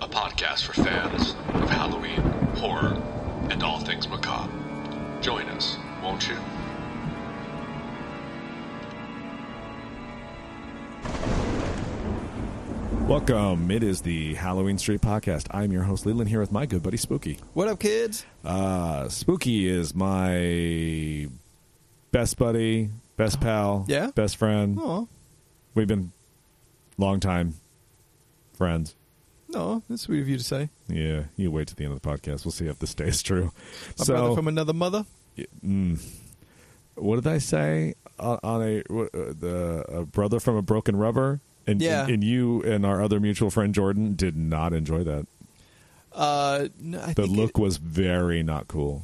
podcast for fans of Halloween, horror, and all things macabre. Join us, won't you? Welcome. It is the Halloween Street Podcast. I'm your host, Leland, here with my good buddy, Spooky. What up, kids? Uh, Spooky is my best buddy, best pal, Yeah? best friend. Oh, We've been long time friends. no, that's sweet of you to say. Yeah, you wait to the end of the podcast. We'll see if this stays true. My brother so, from another mother. what did I say on, on a what, uh, the a brother from a broken rubber? And, Yeah. and, and you and our other mutual friend Jordan did not enjoy that. Uh, no, I The think look was very not cool.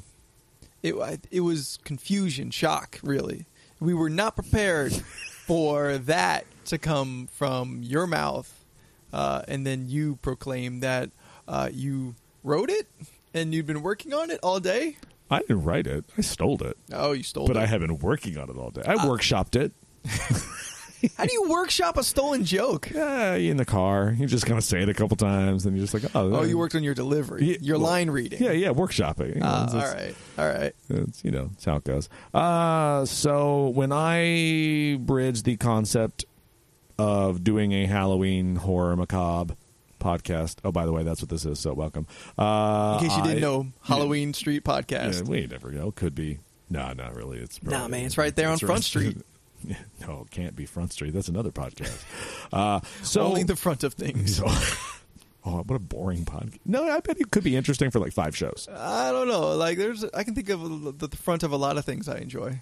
It, it I- it was confusion, shock, really. We were not prepared for that to come from your mouth, uh, and then you proclaim that uh, you wrote it and you've been working on it all day. I didn't write it. I stole it. Oh, you stole But it. I have been working on it all day. I Uh, workshopped it. How do you workshop a stolen joke? Yeah, in the car. You're just gonna say it a couple times, and you're just like, oh, Oh, you work. worked on your delivery, Yeah, your well, line reading. Yeah, yeah, workshopping. You know, Uh, it's- all it's- right, all right. It's, you know, it's how it goes. Uh, so when I bridge the concept of doing a Halloween horror macabre podcast. Oh, by the way, that's what this is. So welcome. Uh, In case you I- didn't know, Halloween Street Podcast. Yeah, we never know. Could be. Nah, not really. It's Nah, probably- man, it's right there on Front Street. Yeah, no, it can't be Front Street. That's another podcast. Uh, so Only the front of things. so. Oh, what a boring podcast! No, I bet it could be interesting for like five shows. I don't know. Like, there's, I can think of a- the the front of a lot of things I enjoy.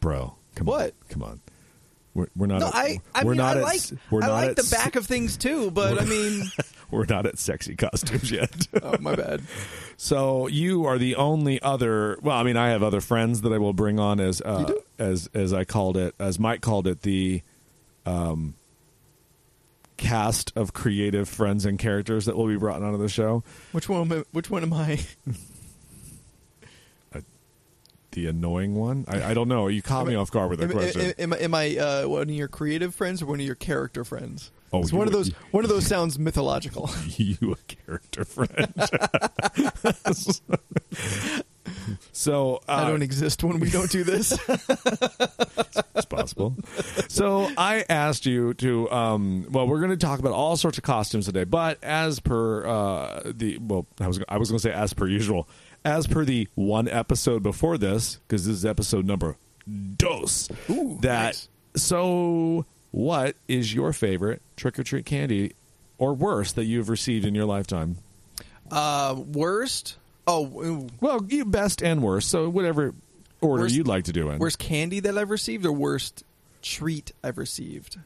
Bro, come What? on, come on. We're, we're not. No, at- I, I we're mean, not I at, like, We're I not like at, the back of things too. But I mean, We're not at sexy costumes yet. oh my bad. so you are the only other. Well, I mean, I have other friends that I will bring on as uh, You do? as as I called it, as Mike called it, the um, cast of creative friends and characters that will be brought onto the show. Which one? Am I, which one am I? The annoying one. I, I don't know. You caught me off guard with that Am, question. am, am, I- am I uh, one of your creative friends or one of your character friends? Oh, It's you one of were- those. One of those sounds mythological. you a character friend. so uh, I don't exist when we don't do this. it's possible. So I asked you to. Um, well, we're going to talk about all sorts of costumes today, but as per uh, the well, I was I was going to say as per usual, as per the one episode before this, because this is episode number dos. Ooh, that nice. so. What is your favorite trick or treat candy, or worse, that you've received in your lifetime? uh, worst. Oh, ooh, Well, you best and worst. So whatever order Worst- you'd like to do in. worst candy that I've received or worst treat I've received.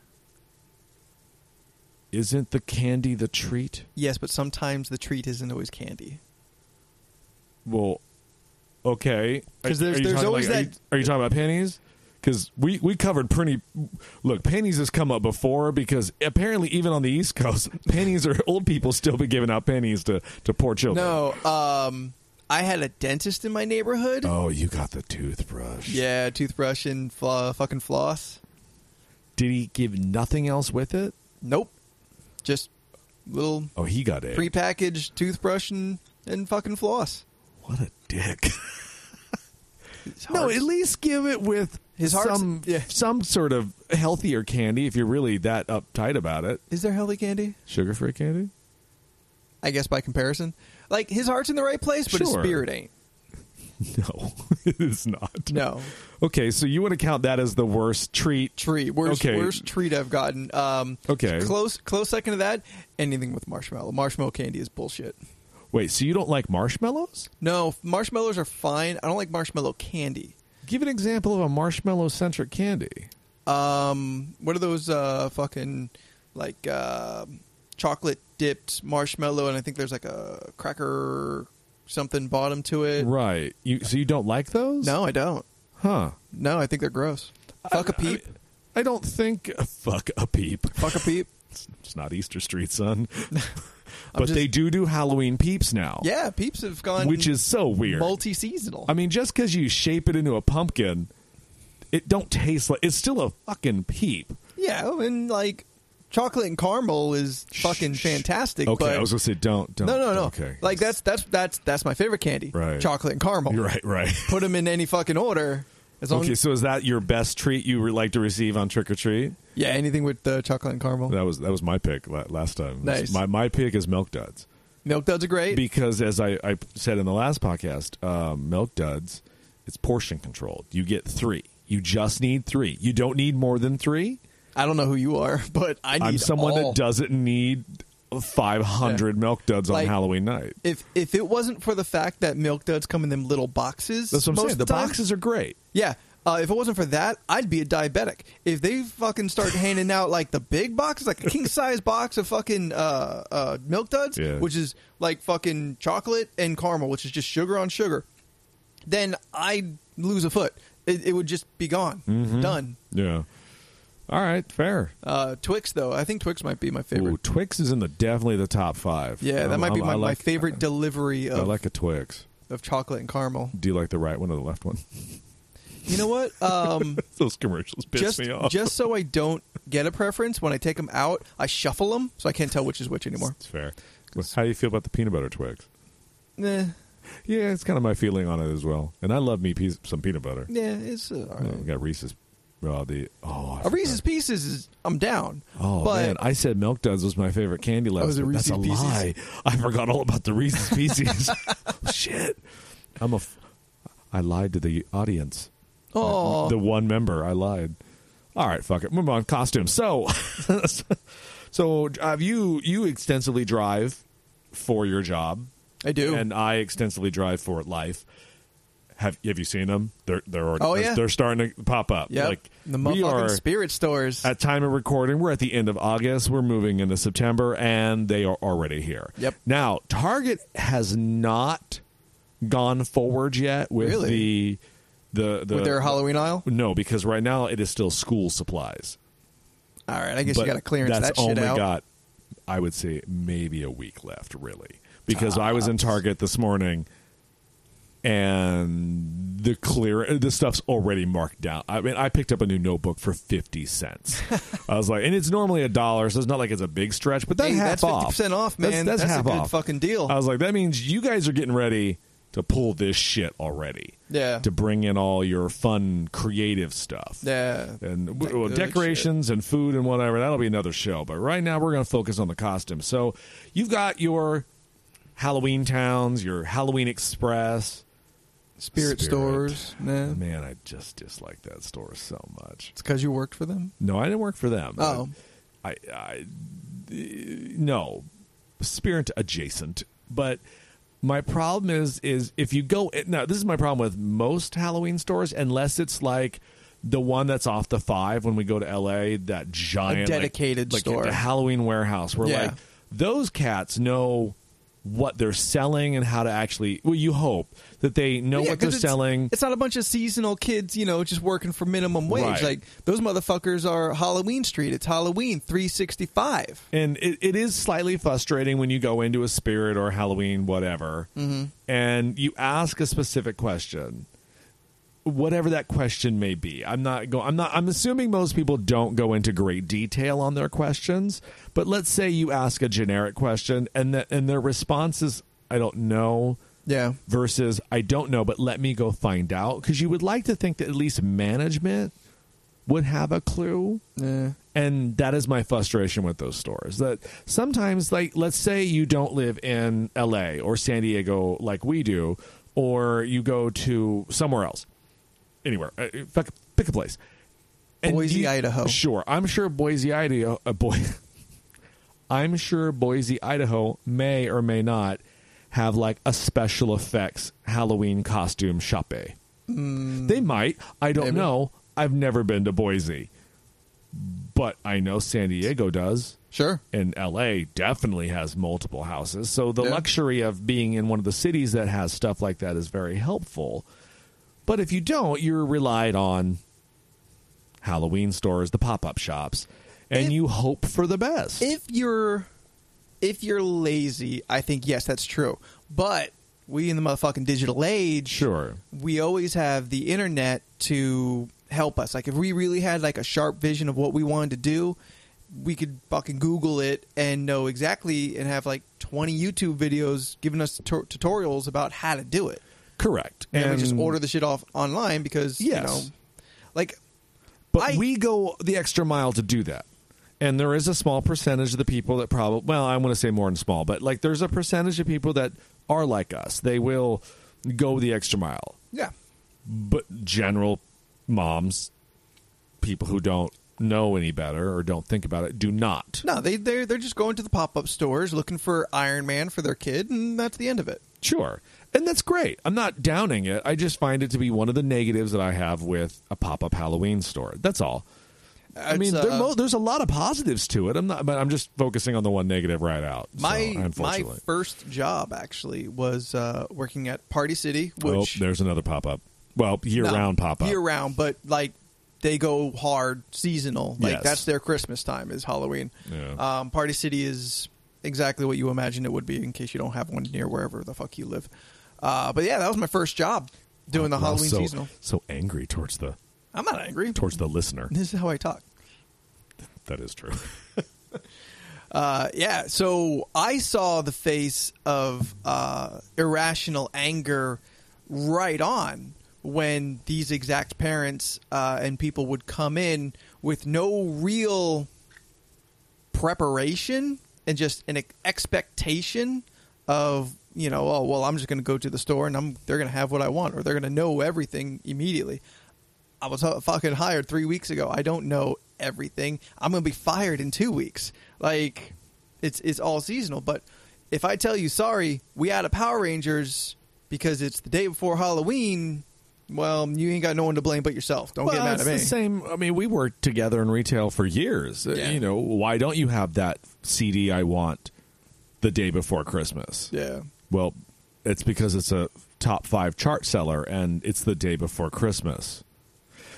Isn't the candy the treat? Yes, but sometimes the treat isn't always candy. Well, okay. 'Cause Are- there's- are you there's talking always like- are that- you- Are you, talking about panties? Because we, we covered pretty. Look, panties has come up before because apparently even on the East Coast, panties are old people still be giving out panties to, to poor children. No, um, I had a dentist in my neighborhood. Oh, you got the toothbrush. Yeah, toothbrush and fl- fucking floss. Did he give nothing else with it? Nope, just little Oh, he got it. prepackaged toothbrush and, and fucking floss. what a dick. His No, heart's- at least give it with His heart's- some yeah. some sort of healthier candy if you're really that uptight about it. is there healthy candy? Sugar free candy? I guess by comparison, like his heart's in the right place, but his Sure. spirit ain't. No, it's not. No Okay, so you would count that as the worst treat. treat. Worst Okay. worst treat I've gotten. Um, Okay. Close close second to that. Anything with marshmallow. Marshmallow candy is bullshit. Wait, so you don't like marshmallows? No, marshmallows are fine. I don't like marshmallow candy. Give an example of a marshmallow centric candy. Um, what are those uh, fucking like uh, chocolate dipped marshmallow? And I think there's like a cracker something bottom to it. Right. You so you don't like those? No, I don't. Huh. No, I think they're gross. Fuck a peep. I don't think fuck a peep. Fuck a peep. It's, it's not Easter Street, son. but just- they do do Halloween peeps now. Yeah, peeps have gone. Which is so weird. multi seasonal. I mean, just because you shape it into a pumpkin, it don't taste like it's still a fucking peep. yeah, and like chocolate and caramel is fucking fantastic. Okay, but I was gonna say don't, don't. no, no, no. Okay, Like that's that's that's that's my favorite candy. Right. Chocolate and caramel. You're right, right. Put them in any fucking order. As long Okay, as, so is that your best treat you like to receive on trick or treat? yeah, anything with the chocolate and caramel. That was that was my pick la- last time. Nice. My my pick is milk duds Milk duds are great. because as I, I said in the last podcast, um, milk duds it's portion controlled. You get three. You just need three. You don't need more than three. I don't know who you are, but I need I'm someone all. that doesn't need 500 Yeah. milk duds on Like- Halloween night. If if it wasn't for the fact that milk duds come in them little boxes, That's what I'm most saying. of The time- boxes are great. Yeah. Uh, if it wasn't for that, I'd be a diabetic. If they fucking start handing out like the big boxes, like a king size box of fucking uh, uh, milk duds, Yeah. which is like fucking chocolate and caramel, which is just sugar on sugar, then I'd lose a foot. It, it would just be gone, Mm-hmm. done. Yeah. All right, fair. Uh, Twix though, I think Twix might be my favorite. Ooh, Twix is in the definitely the top five. Yeah, that Um, might be I- my, I my like- favorite delivery I of, like a Twix. of chocolate and caramel. Do you like the right one or the left one? You know what? Um, Those commercials piss just me off. just so I don't get a preference when I take them out, I shuffle them so I can't tell which is which anymore. it's fair. Well, How do you feel about the peanut butter Twix? Nah, Yeah, it's kind of my feeling on it as well. And I love me piece, some peanut butter. yeah, it's uh, all Uh, right. we got Reese's. Oh, the oh, I A forgot. Reese's Pieces is I'm down. Oh but man, I said milk duds was my favorite candy last. was it but That's a Reese's Pieces? lie. I forgot all about the Reese's Pieces. Oh, Shit, I'm a. F- I lied to the audience. oh, the one member. I lied. All right, fuck it. Move on. Costumes. So, so have you you extensively drive for your job, I do. and I extensively drive for life. Have Have you seen them? They're they're already, Oh, they're, yeah. they're starting to pop up. yep, Like the we motherfucking are spirit stores. at time of recording. We're at the end of August. We're moving into September, and they are already here. Yep. Now Target has not gone forward yet with Really? the the the with their Halloween aisle. no, because right now it is still school supplies. All right, I guess you But got to clearance that's that shit only out. got, I would say, maybe a week left, really. Because I Ah. was in Target this morning, and the clear the stuff's already marked down. I mean, I picked up a new notebook for fifty cents. I was like, and it's normally a dollar, so it's not like it's a big stretch, but that's Hey, half that's off. 50% off, man. That's, That's a half good off. Uh, fucking deal. I was like, that means you guys are getting ready to pull this shit already. Yeah. To bring in all your fun, creative stuff Yeah, and That well, good decorations and food and whatever. That'll be another show. But right now, we're going to focus on the costumes. So you've got your Halloween towns, your Halloween Express. Spirit. Spirit, stores. Nah, Man, I just dislike that store so much. it's because you worked for them. No, I didn't work for them. Oh. I, I, no, Spirit adjacent, but. My problem is is if you go now this is my problem with most Halloween stores unless it's like the one that's off the 5 when we go to LA that giant like- dedicated like, store. the Halloween warehouse where Yeah. like those cats know what they're selling and how to actually well you hope that they know Yeah, what they're 'cause it's- selling It's not a bunch of seasonal kids, you know, just working for minimum wage. Right. Like those motherfuckers are Halloween Street. It's Halloween 365. and it, it is slightly frustrating when you go into a spirit or halloween whatever and you ask a specific question whatever that question may be i'm not go i'm not i'm assuming most people don't go into great detail on their questions but let's say you ask a generic question and that and their response is i don't know Yeah. versus I don't know, but let me go find out. Because you would like to think that at least management would have a clue. Yeah. And that is my frustration with those stores. That sometimes, like, let's say you don't live in LA or San Diego like we do, or you go to somewhere else, anywhere, uh, fuck- pick a place. Boise, you- Idaho. Sure. I'm sure Boise, Idaho, uh, Boise. I'm sure Boise, Idaho may or may not have like a special effects Halloween costume shoppe. they might. I don't Hmm. maybe. know. I've never been to Boise. But I know San Diego does. Sure. And LA definitely has multiple houses. So the Yeah. luxury of being in one of the cities that has stuff like that is very helpful. But if you don't, you're relied on Halloween stores, the pop up shops, and If- you hope for the best. If you're if you're lazy, I think yes, that's true. But we in the motherfucking digital age, Sure. we always have the internet to help us. Like if we really had like a sharp vision of what we wanted to do, we could fucking Google it and know exactly and have like 20 YouTube videos giving us tu- tutorials about how to do it. Correct. And, we just order the shit off online because, you Yes. know, like, But I- we go the extra mile to do that. And there is a small percentage of the people that probably, well, I want to say more than small, but like there's a percentage of people that are like us. They will go the extra mile. yeah. But general moms, people who don't know any better or don't think about it, do not. No, they, they're, they're just going to the pop up stores looking for Iron Man for their kid, and that's the end of it. Sure. And that's great. I'm not downing it. I just find it to be one of the negatives that I have with a pop up Halloween store. That's all. I It's, mean, there uh, mo- there's a lot of positives to it. I'm not, but I'm just focusing on the one negative right out. So, My my unfortunately. first job actually was uh, working at Party City, oh, which there's another pop up. Well, year round pop up. year round, but like they go hard seasonal. Like Yes. that's their Christmas time is Halloween. Yeah. Um, Party City is exactly what you imagine it would be in case you don't have one near wherever the fuck you live. Uh, but yeah, that was my first job doing the Wow, Halloween so, seasonal. So angry towards the I'm not angry. towards the listener. This is how I talk. that is true. Uh, yeah, so I saw the face of uh, irrational anger right on when these exact parents uh, and people would come in with no real preparation and just an ex- expectation of you know oh well I'm just going to go to the store and I'm they're going to have what I want or they're going to know everything immediately. I was h- fucking hired three weeks ago. I don't know everything. I'm gonna be fired in two weeks. Like, it's it's all seasonal. But if I tell you sorry, we out of Power Rangers because it's the day before Halloween, well, you ain't got no one to blame but yourself. Don't well, get mad it's at me. the same. I mean, we worked together in retail for years. Uh, Yeah. You know, why don't you have that CD I want the day before Christmas? Yeah, Well, it's because it's a top five chart seller, and it's the day before Christmas.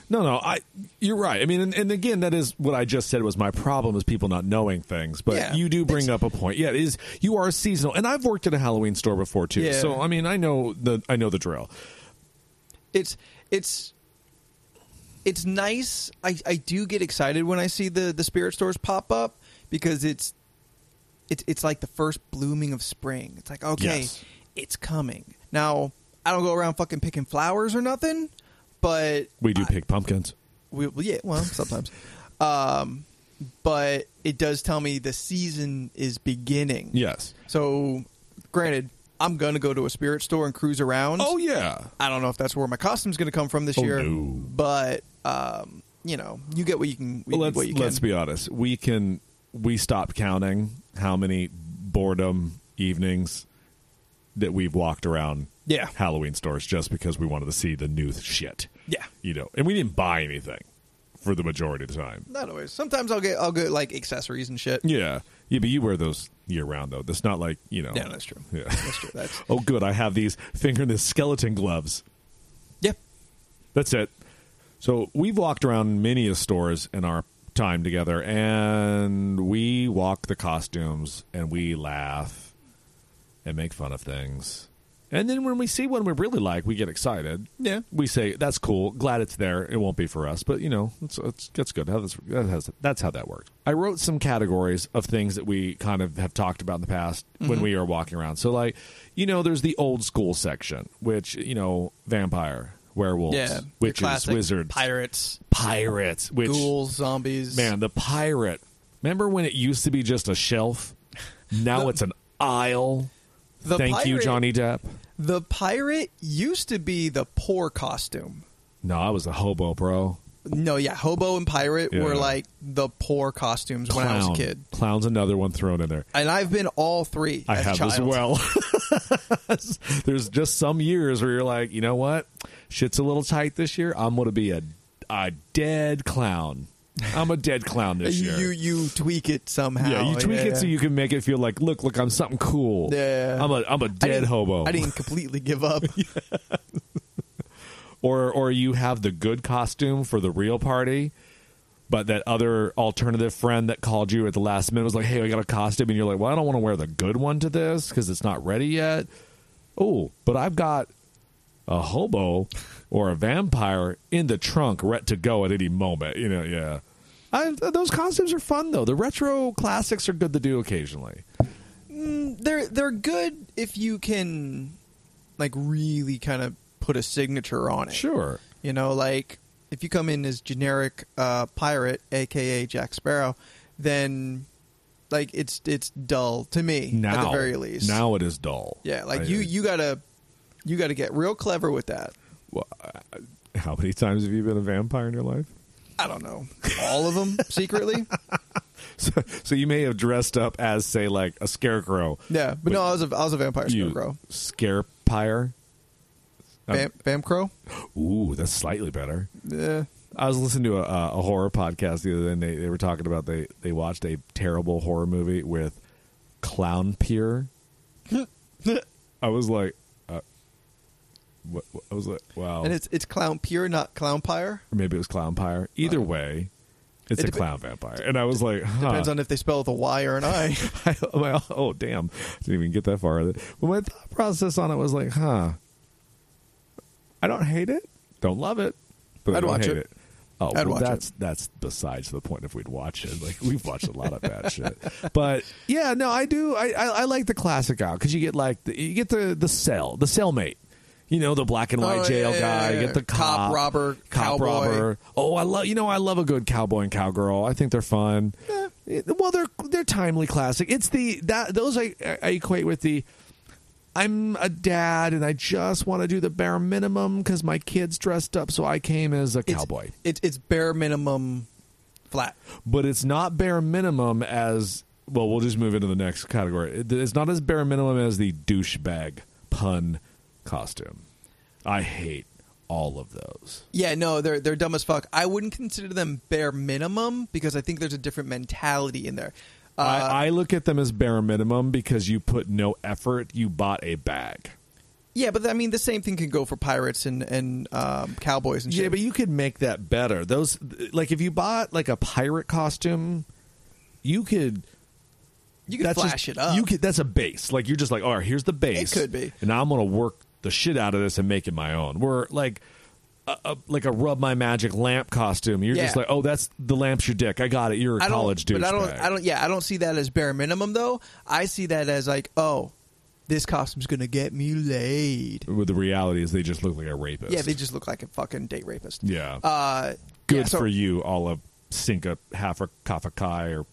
No, no, I. You're right. I mean, and, and again, that is what I just said was my problem is people not knowing things. But Yeah. you do bring It's- up a point. Yeah, it is. You are seasonal, and I've worked at a Halloween store before too. Yeah. So I mean, I know the I know the drill. it's it's it's nice. I I do get excited when I see the the spirit stores pop up because it's it's it's like the first blooming of spring. It's like okay, Yes. it's coming. Now I don't go around fucking picking flowers or nothing, but We do pick pumpkins. we well, yeah well sometimes, um, but it does tell me the season is beginning. Yes. So, granted, I'm gonna go to a spirit store and cruise around. Oh yeah. I don't know if that's where my costume's going to come from this Oh, year, no. but um, you know, you get what you can. Well, let's what you let's can. be honest. We can we stopped counting how many boredom evenings that we've walked around Yeah. Halloween stores just because we wanted to see the new shit. Yeah. You know, and we didn't buy anything for the majority of the time. Not always. Sometimes I'll get I'll get like accessories and shit. Yeah. Yeah, but you wear those year round though. That's not like, you know. Yeah, that's true. Yeah. That's true. That's oh good, I have these fingerless skeleton gloves. yeah. That's it. So we've walked around many of stores in our time together, and we walk the costumes, and we laugh, and make fun of things. And then when we see one we really like, we get excited. Yeah. We say, "That's cool. Glad it's there. It won't be for us, but you know, it's, it's, that's good. How that's, that has, that's how that works." I wrote some categories of things that we kind of have talked about in the past Mm-hmm. when we are walking around. So, like, you know, there's the old school section, which you know, vampire, werewolves, Yeah. Your witches, classic wizards, pirates, pirates, which ghouls, zombies. man, the pirate. Remember when it used to be just a shelf? Now it's an aisle. The Thank you, pirate- Johnny Depp. The pirate used to be the poor costume. No, I was a hobo, bro. No, yeah, hobo and pirate Yeah. were like the poor costumes when I was a kid, Clown's another one thrown in there. and I've been all three. I as have a child. as well. There's just some years where you're like, you know what? Shit's a little tight this year. I'm going to be a, a dead clown. I'm a dead clown this You, year. you you tweak it somehow. yeah, you tweak it yeah. so you can make it feel like, look, look, I'm something cool. Yeah. I'm a I'm a I dead didn't- hobo. I didn't completely give up. or or you have the good costume for the real party but that other alternative friend that called you at the last minute was like hey i got a costume and you're like well i don't want to wear the good one to this because it's not ready yet oh but i've got a hobo or a vampire in the trunk ready to go at any moment you know yeah I, those costumes are fun though. The retro classics are good to do occasionally. they're they're good if you can like really kind of put a signature on it. Sure. You know, like if you come in as generic uh, pirate, aka Jack Sparrow, then like it's it's dull to me Now, at the very least. now it is dull. yeah, like I- you you gotta you gotta get real clever with that. Well, I- how many times have you been a vampire in your life? I don't know all of them secretly. So, so you may have dressed up as, say, like a scarecrow. Yeah, but no, I was a I was a vampire You Oh. scarecrow. scarepire. Uh, Vam, Vamcrow. Ooh, that's slightly better. Yeah. I was listening to a, a horror podcast the other day, and they, they were talking about they, they watched a terrible horror movie with Clown Pier. I was like, uh, what, what- I was like, wow. And it's it's clown pure, not clown pyre. or maybe it was Clown Pyre. Either way, it's Uh, It a dep- clown vampire. And I was like, huh. Depends on if they spell with a Y or an I. I, well, oh damn, didn't even get that far with it. But my thought process on it was like, huh, I don't hate it, don't love it, but I I'd don't watch hate it. it. Oh, I'd well, watch it. that's that's besides the point. If we'd watch it, like we've watched a lot of bad shit, but yeah, no, I do. I I, I like the classic out because you get like the, you get the the cell, the cellmate. You know the black and white Oh, yeah, jail yeah, guy. yeah, You yeah. get the Cop, cop, robber, cop cowboy. robber. Oh, I love you know I love a good cowboy and cowgirl. I think they're fun. It- Well, they're they're timely classic. It's the that those I, I equate with the I'm a dad and I just want to do the bare minimum because my kids dressed up, so I came as a It's- cowboy. It's it's bare minimum flat. But it's not bare minimum as well. We'll just move into the next category. It- It's not as bare minimum as the douchebag pun costume. I hate all of those. Yeah, no, they're they're dumb as fuck. I wouldn't consider them bare minimum because I think there's a different mentality in there. Uh, I, I look at them as bare minimum because you put no effort. You bought a bag. yeah, but I mean the same thing can go for pirates and and um, cowboys and shit. Yeah, but you could make that better. Those like if you bought like a pirate costume, you could you can that's flash just- it up. You could that's a base. Like you're just like, all right, here's the base. could be. and I'm gonna work the shit out of this and make it my own. Where like. A, a, like a rub my magic lamp costume. You're just Yeah. like, oh, that's the lamp's your dick. I got it. You're a I don't, college dude. but I don't, I don't. Yeah, I don't see that as bare minimum though. I see that as like, oh, this costume's gonna get me laid. With the reality is, they just look like a rapist. Yeah, they just look like a fucking date rapist. yeah. Uh, good yeah, so- for you, Olive Cinca Hafakafakai, or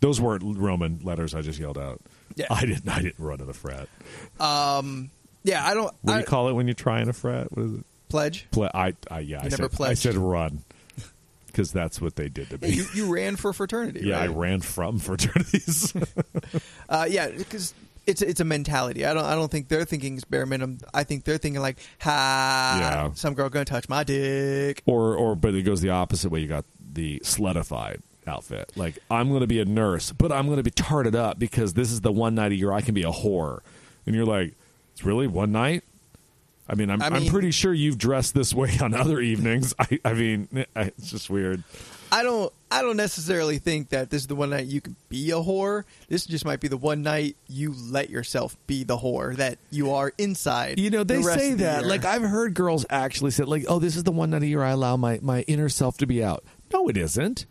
those weren't Roman letters I just yelled out. Yeah. I didn't. I didn't run in a frat. Yeah, I don't. What do I, you call it when you try in a frat? What is it? pledge. Ple- I, I yeah. I never said, I pledged. said run because that's what they did to Yeah, me. you, you ran for fraternity. yeah, I right? ran from fraternities. Uh, yeah, because it's it's a mentality. I don't I don't think they're thinking it's bare minimum. I think they're thinking like, ha, Yeah. some girl gonna touch my dick. or or but it goes the opposite way. You got the slutified outfit. Like I'm going to be a nurse, but I'm going to be tarted up because this is the one night a year I can be a whore. And you're like, it's really one night. I mean, I'm I I am mean- pretty sure you've dressed this way on other evenings. I I mean, I- it's just weird. I don't I don't necessarily think that this is the one night you can be a whore. This just might be the one night you let yourself be the whore that you are inside. You know, the they rest say of the that. year. Like I've heard girls actually say, like, oh, this is the one night a year I allow my my inner self to be out. No, it isn't.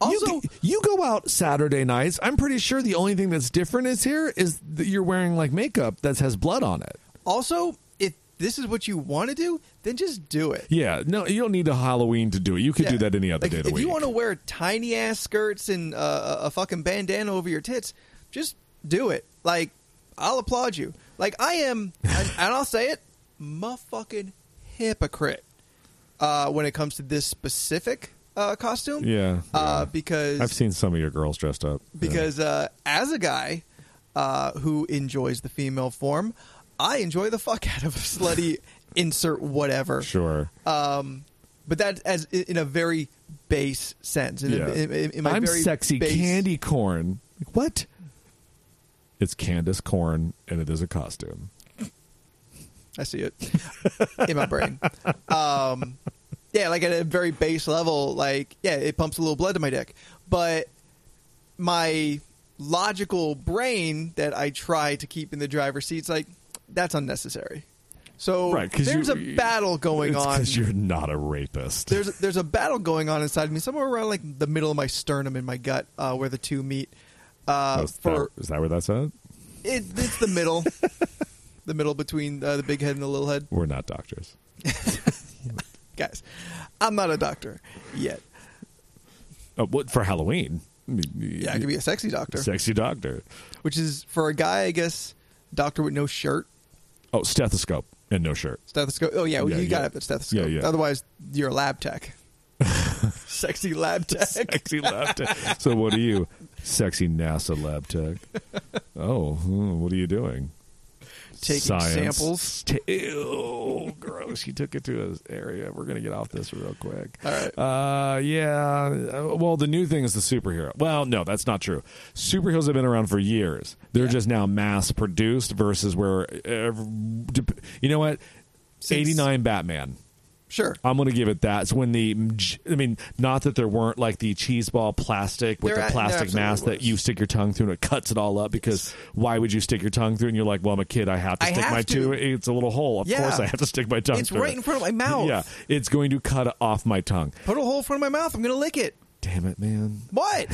You Also- g- you, go out Saturday nights. I'm pretty sure the only thing that's different is here is that you're wearing like makeup that has blood on it. also if this is what you want to do, then just do it. Yeah, no, you don't need a Halloween to do it. You could do Yeah. that any other Like, day of the if week. you want to wear tiny ass skirts and uh, a a fucking bandana over your tits, just do it. Like, I'll applaud you. Like, I am, and, and I'll say it, motherfucking hypocrite uh, when it comes to this specific uh, costume. Yeah, yeah. Uh, because I've seen some of your girls dressed up Yeah. because uh, as a guy uh, who enjoys the female form, I enjoy the fuck out of a slutty insert whatever sure. but that as in a very base sense. In, Yeah. in, in, in my I'm very sexy base- candy corn. What? It's Candace Corn, and it is a costume. I see it in my brain. Um, yeah, like at a very base level, like yeah, it pumps a little blood to my dick, but my logical brain that I try to keep in the driver's seat's like that's unnecessary. So Right, 'cause there's you- a battle going It's on. you're not a rapist. There's there's a battle going on inside me, somewhere around like the middle of my sternum and my gut, uh, where the two meet. Uh, Oh, is, that- for is that where that's at? it, it's the middle, the middle between uh, the big head and the little head. We're not doctors. Guys, I'm not a doctor yet. Oh, what for Halloween? I mean, Yeah, I could be a sexy doctor, sexy doctor. which is for a guy, I guess, doctor with no shirt, Oh, stethoscope and no shirt. stethoscope. Oh yeah, well, Yeah, you yeah. gotta have a stethoscope. Yeah, yeah. Otherwise, you're a lab tech. sexy lab tech. Sexy lab tech. so what are you? Sexy NASA lab tech. Oh, hmm, what are you doing? Taking samples. Ta- Ew, gross. You took it to an area. We're going to get off this real quick. All right. Uh, yeah. Uh, Well, the new thing is the superhero. Well, no, that's not true. Superheroes have been around for years. They're just now mass produced versus where, ev- dep- you know what? Since- 89 Batman. Sure. I'm going to give it that. It's when the, I mean, not that there weren't like the cheese ball plastic with There a- the there plastic absolutely mask that was. you stick your tongue through and it cuts it all up because why would you stick your tongue through? And you're like, well, I'm a kid. I have to I stick have my to. two. It's a little hole. Of Yeah. course, I have to stick my tongue It's through right it. in front of my mouth. Yeah. It's going to cut off my tongue. Put a hole in front of my mouth. I'm gonna lick it. Damn it, man. What?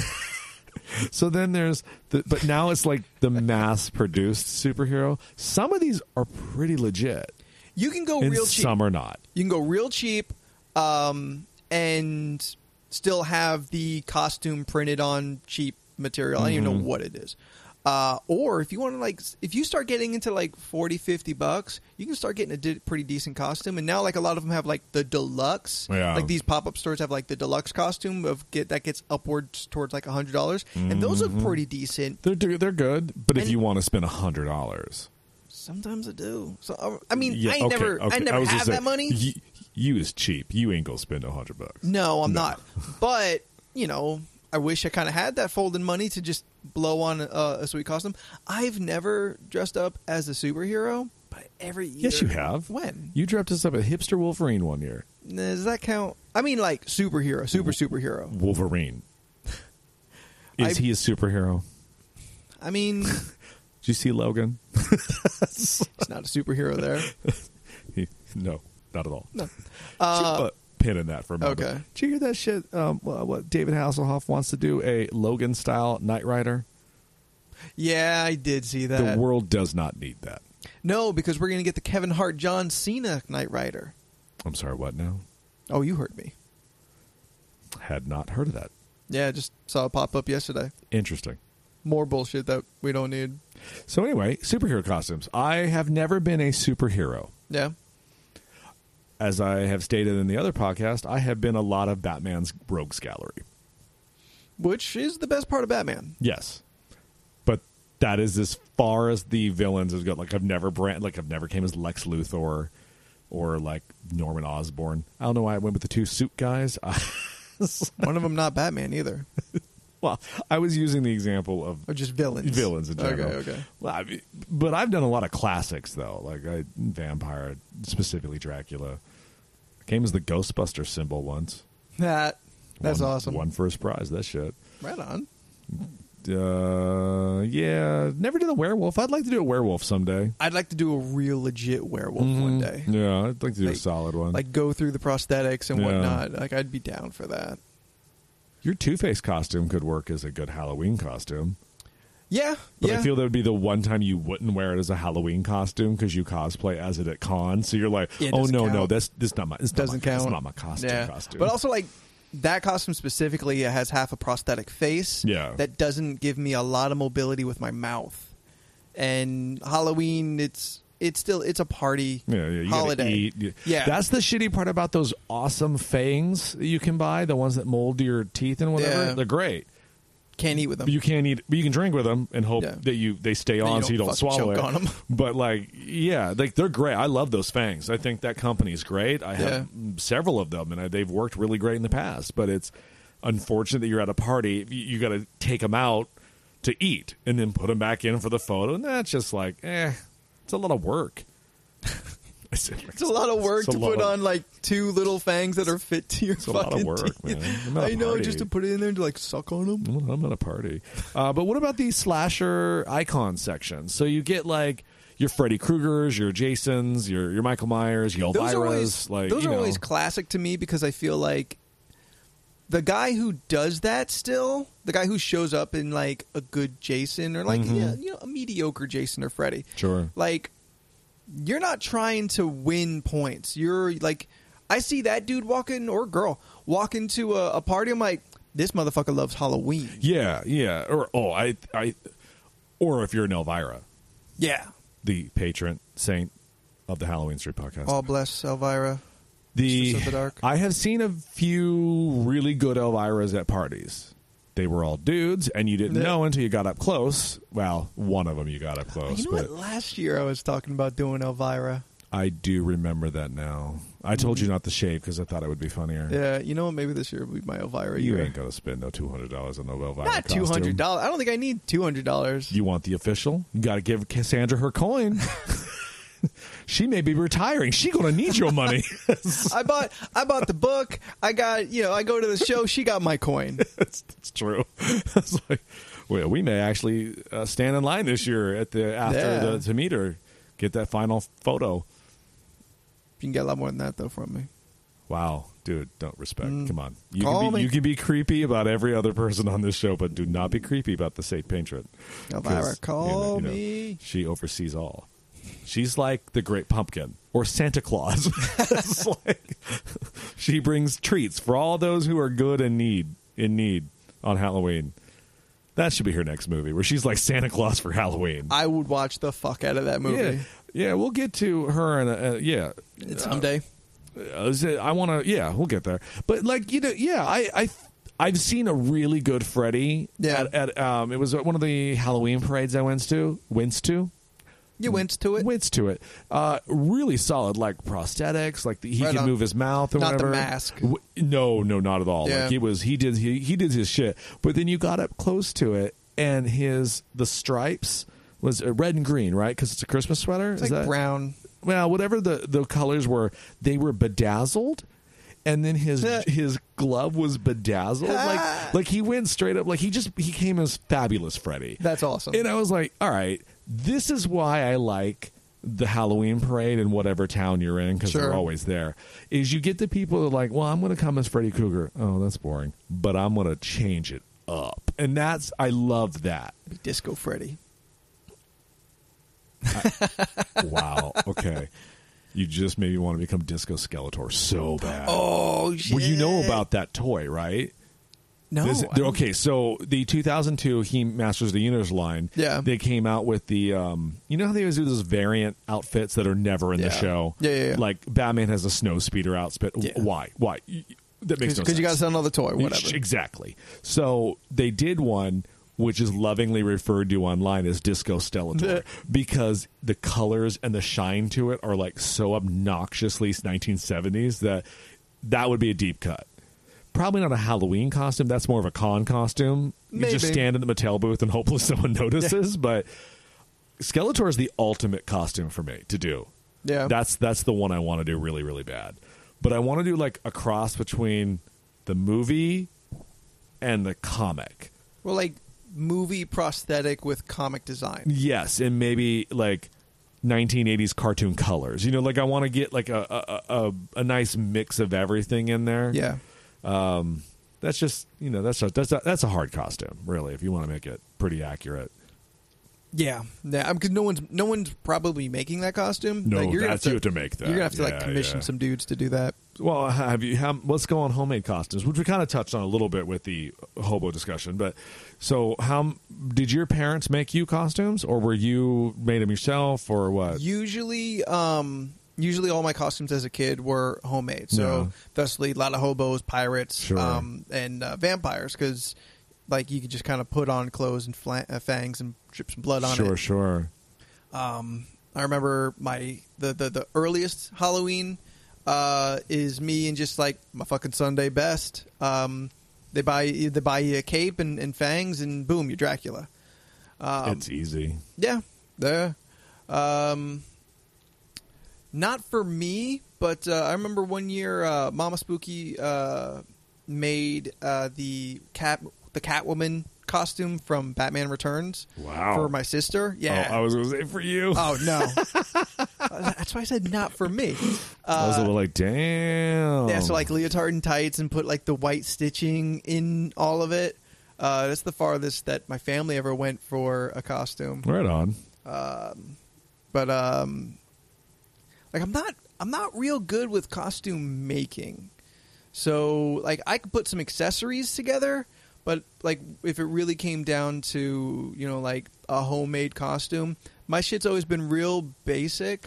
So then there's the, but now it's like the mass produced superhero. Some of these are pretty legit. You can go And real cheap. some are not. You can go real cheap, um, and still have the costume printed on cheap material. I don't Mm-hmm. even know what it is. Uh, or if you want to like, s- if you start getting into like 40, 50 bucks, you can start getting a di- pretty decent costume. And now, like a lot of them have like the deluxe. Yeah. Like these pop up stores have like the deluxe costume of get that gets upwards towards like hundred dollars, and those Mm-hmm. look pretty decent. They're do- they're good, but if And- you want to spend a hundred dollars, Sometimes I do. So uh, I mean, Yeah, I ain't okay, never, okay. I never was have just that saying, money. You, you is cheap. You ain't gonna spend a hundred bucks. No, I'm not. But you know, I wish I kind of had that folding money to just blow on uh, a sweet costume. I've never dressed up as a superhero, but every year. Yes, you have. When you dreamt us up a hipster Wolverine one year? does that count? I mean, like superhero, super superhero. Wolverine is I- he a superhero? I mean, Did you see Logan? it's not a superhero there. He, no, not at all. No. Uh, Just put a pin in that for a moment. okay. Did you hear that shit? Um, wha- what David Hasselhoff wants to do a Logan style Knight Rider. Yeah, I did see that. the world does not need that. no, because we're gonna get the Kevin Hart, John Cena Knight Rider. I'm sorry. What now? Oh, you heard me. Had not heard of that. Yeah, I just saw it pop up yesterday. Interesting. More bullshit that we don't need. So anyway, superhero costumes. I have never been a superhero. Yeah. As I have stated in the other podcast, I have been a lot of Batman's rogues gallery. Which is the best part of Batman. Yes. But that is as far as the villains has got. Like I've never brand like I've never came as Lex Luthor or like Norman Osborn. I don't know why I went with the two suit guys. I, One of them not Batman either, well, I was using the example of or just villains. villains in general. Okay, okay. Well, I mean, but I've done a lot of classics though, like I, vampire, specifically Dracula. Came as the Ghostbuster symbol once. That that's Won- awesome. Won first prize. That shit. Right on. Uh, yeah. Never did a werewolf. I'd like to do a werewolf someday. I'd like to do a real legit werewolf one day. Mm-hmm. Yeah, I'd like to do Like- a solid one. Like Like go through the prosthetics and Yeah. whatnot. Like I'd be down for that. your Two Face costume could work as a good Halloween costume. Yeah, But yeah. I feel that would be the one time you wouldn't wear it as a Halloween costume because you cosplay as it at cons. So you're like, Yeah, it oh doesn't no, no, count. that's this not my. This not doesn't my, count. It's not my costume. Yeah. Costume. But also like that costume specifically has half a prosthetic face. Yeah. That doesn't give me a lot of mobility with my mouth. And Halloween, it's it's still it's a party Yeah, yeah. You holiday. Gotta eat. You- Yeah. That's the shitty part about those awesome fangs that you can buy, the ones that mold your teeth and whatever. Yeah. They're great. Can't eat with them. But you can't eat but you can drink with them and hope Yeah. that you they stay you on so you don't don't fucking swallow choke it. on 'em. But like yeah, like they're great. I love those fangs. I think that company's great. I have several of them and I, they've worked really great in the past, but it's unfortunate that you're at a party, you, you got to take them out to eat and then put them back in for the photo and that's just like eh, it's a lot of work. it's, It's a lot of work It's a to lot put of- on like two little fangs that are fit to your a lot of fucking work, teeth. man. I'm at a I know, party. just to put it in there and to like suck on them. Well, I'm not a party. Uh, but what about the slasher icon section? So you get like your Freddy Kruegers, your Jasons, your your Michael Myers, your Those Elvira's. are always like those you are know. always classic to me because I feel like the guy who does that still, the guy who shows up in like a good Jason or like yeah, you know a mediocre Jason or Freddy, Mm-hmm. Sure. like you're not trying to win points. You're like, I see that dude walking or girl walking to a, a party. I'm like, this motherfucker loves Halloween. Yeah, yeah. Or oh, I I or if you're an Elvira, Yeah, the patron saint of the Halloween Street podcast. all bless Elvira. the, Mistress Oh, of the Dark. I have seen a few really good Elviras at parties. They were all dudes, and you didn't Yeah. know until you got up close. Well, one of them you got up close, You know but what? Last year I was talking about doing Elvira. I do remember that now. I told you not to shave because I thought it would be funnier. Yeah, you know what? Maybe this year will be my Elvira You year. ain't gonna spend no two hundred dollars on no Elvira. Not two hundred costume. dollars. I don't think I need two hundred dollars. You want the official? You got to give Cassandra her coin. she may be retiring. She gonna need your money. I bought I bought the book. I got you know I go to the show. She got my coin. That's that's true. it's like, well, we may actually uh, stand in line this year at the after Yeah. the to meet her, get that final photo. You can get a lot more than that though from me. Wow, dude, don't respect. Come on, you Mm. Call can be, me. you can be creepy about every other person on this show, but do not be creepy about the state patron. Elvira, 'Cause, call me. She oversees all. She's like the Great Pumpkin or Santa Claus. It's like- she brings treats for all those who are good and need in need on Halloween. That should be her next movie, where she's like Santa Claus for Halloween. I would watch the fuck out of that yeah, movie yeah, we'll get to her and uh, yeah, someday. uh, is it- I want to. Yeah, we'll get there. But like you know, yeah, I I I've seen a really good Freddy. Yeah. At, at um, it was at one of the Halloween parades I went to. Went to. Mm. You went to it. Went to it. Uh, really solid, like prosthetics. Like the, he Right can on. move his mouth or Not the whatever. mask. W- no, no, not at all. Yeah. Like he was, he did, he, he did his shit. But then you got up close to it, and his the stripes was uh, red and green, right? Because it's a Christmas sweater. It's Is like that- brown. well, whatever the, the colors were, they were bedazzled. And then his his glove was bedazzled, like like he went straight up, like he just he came as fabulous Freddy. That's awesome. And I was like, all right, this is why I like the Halloween parade in whatever town you're in because Sure. they're always there. Is you get the people that are like, well, I'm going to come as Freddy Krueger. Oh, that's boring, but I'm going to change it up, and that's I love that. Disco Freddy. Wow. Okay. You just made me want to become Disco Skeletor so bad. Oh shit. Well, you know about that toy, right? no? This- I they're- don't- okay, so the 2002 He Masters of the Universe line, Yeah. they came out with the, um, you know how they always do those variant outfits that are never in the Yeah. show? Yeah, yeah, yeah. Like Batman has a snow speeder outfit. Yeah. Why? Why? Y- That makes no sense. Because you got to sell another toy, whatever. Exactly. So they did one which is lovingly referred to online as Disco Stellator because the colors and the shine to it are like so obnoxiously 1970s that that would be a deep cut. Probably not a Halloween costume. That's more of a con costume. You just Maybe. stand in the Mattel booth and hopefully someone notices. But Skeletor is the ultimate costume for me to do. Yeah. That's that's the one I want to do really, really bad. But I want to do like a cross between the movie and the comic. Well, like movie prosthetic with comic design. Yes, and maybe like 1980s cartoon colors. You know, like I want to get like a a, a a nice mix of everything in there. Yeah. That's just, you know, that's a, that's a, that's a hard costume, really, if you want to make it pretty accurate. Yeah, yeah. Because no one's no one's probably making that costume. No, like, you're gonna that's you have to make that. You're gonna have to like Yeah, commission yeah. some dudes to do that. Well, have you? How, let's go on homemade costumes, which we kind of touched on a little bit with the hobo discussion. But so, how did your parents make you costumes, or were you made them yourself, or what? Usually, um, usually all my costumes as a kid were homemade. So, Yeah. thusly, a lot of hobos, pirates, Sure. um, and uh, vampires, because like you could just kind of put on clothes and fla- uh, fangs and drip some blood on sure, it. sure. Um, I remember my the the, the earliest Halloween uh, is me and just like my fucking Sunday best. Um, they buy they buy you a cape and, and fangs and boom, you're Dracula. Um, it's easy. Yeah, there. Um, not for me, but uh, I remember one year uh, Mama Spooky uh, made uh, the cat the Catwoman costume from Batman Returns. Wow. For my sister, yeah. Oh, I was going to say for you. Oh no, Uh, that's why I said not for me. I was a Uh, little like, damn. yeah, so like leotard and tights, and put like the white stitching in all of it. Uh, that's the farthest that my family ever went for a costume. right on. But um, like I'm not, I'm not real good with costume making. So like I could put some accessories together, but like if it really came down to you know like a homemade costume, my shit's always been real basic.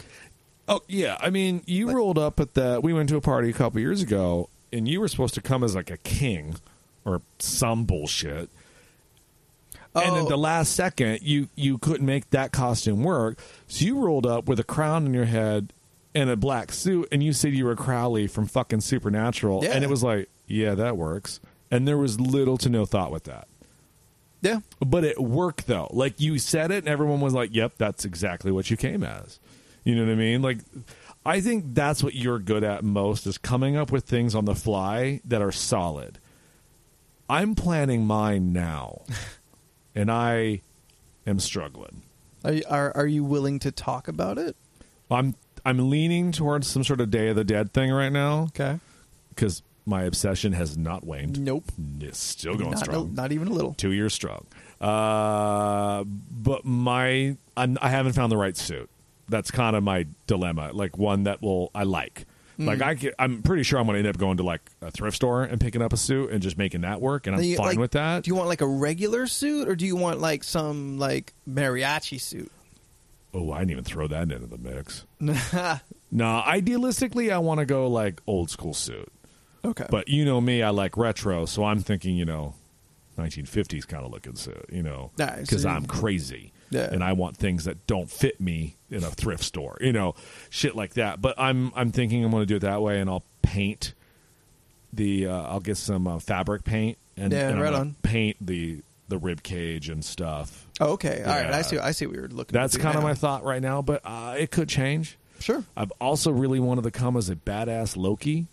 Oh yeah, I mean, you rolled up at the. We went to a party a couple years ago, and you were supposed to come as like a king or some bullshit. And Oh. at the last second, you you couldn't make that costume work, so you rolled up with a crown on your head and a black suit, and you said you were Crowley from fucking Supernatural, Yeah. and it was like, yeah, that works. And there was little to no thought with that. Yeah, But it worked though. Like you said it, and everyone was like, "Yep, that's exactly what you came as." You know what I mean? Like, I think that's what you're good at most is coming up with things on the fly that are solid. I'm planning mine now, and I am struggling. are, you- are are you willing to talk about it? I'm I'm leaning towards some sort of Day of the Dead thing right now Okay. because my obsession has not waned. Nope. It's still going not, strong. not even a little. two years strong. Uh, but my I'm, I haven't found the right suit. That's kind of my dilemma. Like one that will I like. Hmm. Like I ca- I'm pretty sure I'm going to end up going to like a thrift store and picking up a suit and just making that work, and I'm Now you- fine like, with that. Do you want like a regular suit or do you want like some like mariachi suit? oh, I didn't even throw that into the mix. okay. No, idealistically, I want to go like old school suit. But you know me, I like retro, so I'm thinking, you know, 1950s kind of looking suit, you know, Nice. because I'm crazy. Yeah. And I want things that don't fit me in a thrift store, you know, shit like that. But I'm I'm thinking I'm going to do it that way, and I'll paint the uh, I'll get some uh, fabric paint and, Yeah, and I'm right gonna on. paint the the rib cage and stuff. Oh, okay. All right. Yeah. I see. I see what you're looking. That's to do kind of now. my thought right now, but uh, it could change. Sure. I've also really wanted to come as a badass Loki.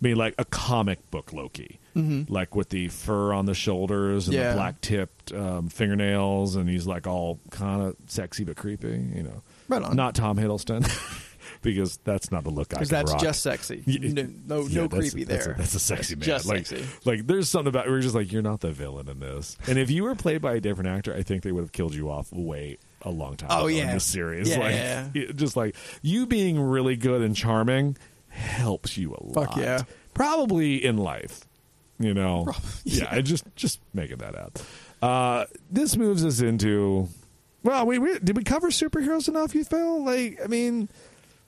I mean, like a comic book Loki, like with the fur on the shoulders and Mm-hmm. Yeah. the black tipped um, fingernails, and he's like all kind of sexy but creepy. You know, Right on. Not Tom Hiddleston, because that's not the look I. Because could that's rock. just sexy. Yeah, No, no, yeah, that's- no creepy that's there. A, that's a sexy man. just like, sexy. like there's something about we're just like you're not the villain in this. And if you were played by a different actor, I think they would have killed you off way a long time Oh, ago yeah. in this series. Yeah, like yeah, it- just like you being really good and charming helps you a lot. Fuck yeah. Probably in life. You know. yeah. yeah. I just just making that up. Uh this moves us into well, we, we did we cover superheroes enough, you feel? Like I mean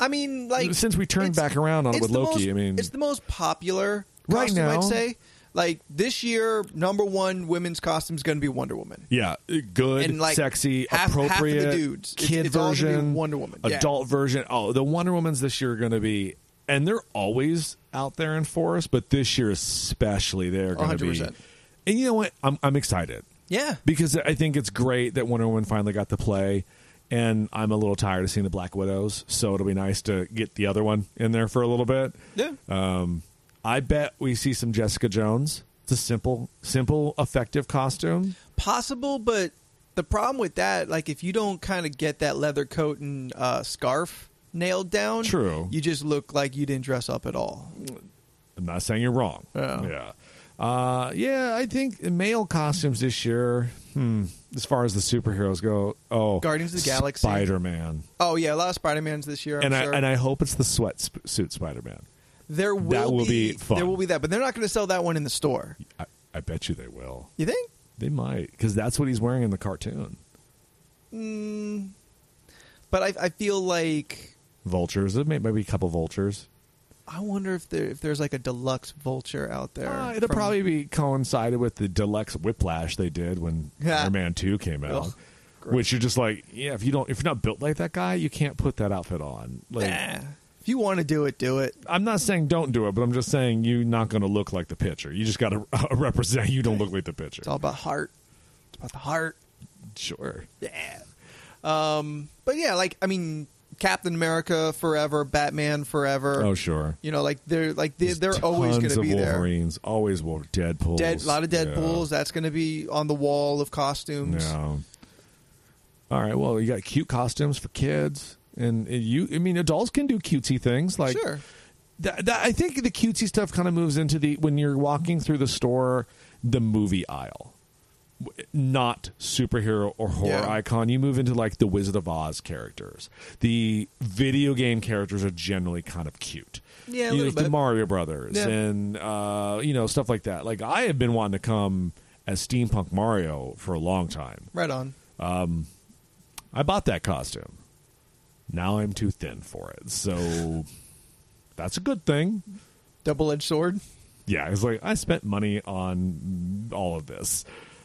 I mean, like Since we turned it's- back around on it it's with the Loki, most- I mean- it's the most popular Right costume, now. I'd say. Like this year, number one women's costume is going to be Wonder Woman. Yeah, good, And, like, sexy, half- half of the appropriate dudes. It's- kid it's all gonna be version, Wonder Woman, yeah. adult version. Oh, the Wonder Womans this year are going to be, and they're always out there in force, but this year especially they're going to be. Oh, 100%. And you know what? I'm I'm excited Yeah. because I think it's great that Wonder Woman finally got to play, and I'm a little tired of seeing the Black Widows, so it'll be nice to get the other one in there for a little bit. Yeah. Um, I bet we see some Jessica Jones. It's a simple, simple, effective costume. possible, but the problem with that, like if you don't kind of get that leather coat and uh, scarf nailed down, True. you just look like you didn't dress up at all. I'm not saying you're wrong. Yeah. Yeah. Uh, yeah, I think male costumes this year, hmm, as far as the superheroes go, oh, Guardians of the Galaxy. Spider Man, Oh yeah, a lot of Spider Mans this year. I'm and sure. I and I hope it's the sweat sp- suit Spider Man. there will that will be fun. there will be that, but they're not going to sell that one in the store. I, I bet you they will. You think? They might because that's what he's wearing in the cartoon. But I, I feel like Vultures, There may- maybe a couple vultures. I wonder if there if there's like a deluxe vulture out there. Uh, it'll from- probably be coincided with the deluxe whiplash they did when Yeah. Iron Man Two came out, Ugh, gross. which you're just like, yeah, if you don't, if you're not built like that guy, you can't put that outfit on. Like, Nah. If you want to do it, do it. I'm not saying don't do it, but I'm just saying you're not going to look like the pitcher. You just got to represent. You don't look like the pitcher. It's all about heart. It's about the heart. Sure. Yeah. Um, but yeah, like I mean, Captain America forever, Batman forever. Oh, sure. You know, like they're like they, they're Tons always going to of be there. Wolverines, always Wolver- Deadpool, Dead, a lot of Deadpools. That's going to be on the wall of costumes. Yeah. All right. Well, you got cute costumes for kids, and and you. I mean, adults can do cutesy things like. sure. That, that, I think the cutesy stuff kind of moves into the when you're walking through the store, the movie aisle, W- not superhero or horror Yeah. icon. You move into like the Wizard of Oz characters. The video game characters are generally kind of cute. You know, Yeah, a little like the bit. Mario Brothers Yeah. and uh, you know stuff like that. Like I have been wanting to come as steampunk Mario for a long time. Right on. I bought that costume. Now I'm too thin for it. So that's a good thing. Double edged sword. Yeah, it's like I spent money on all of this.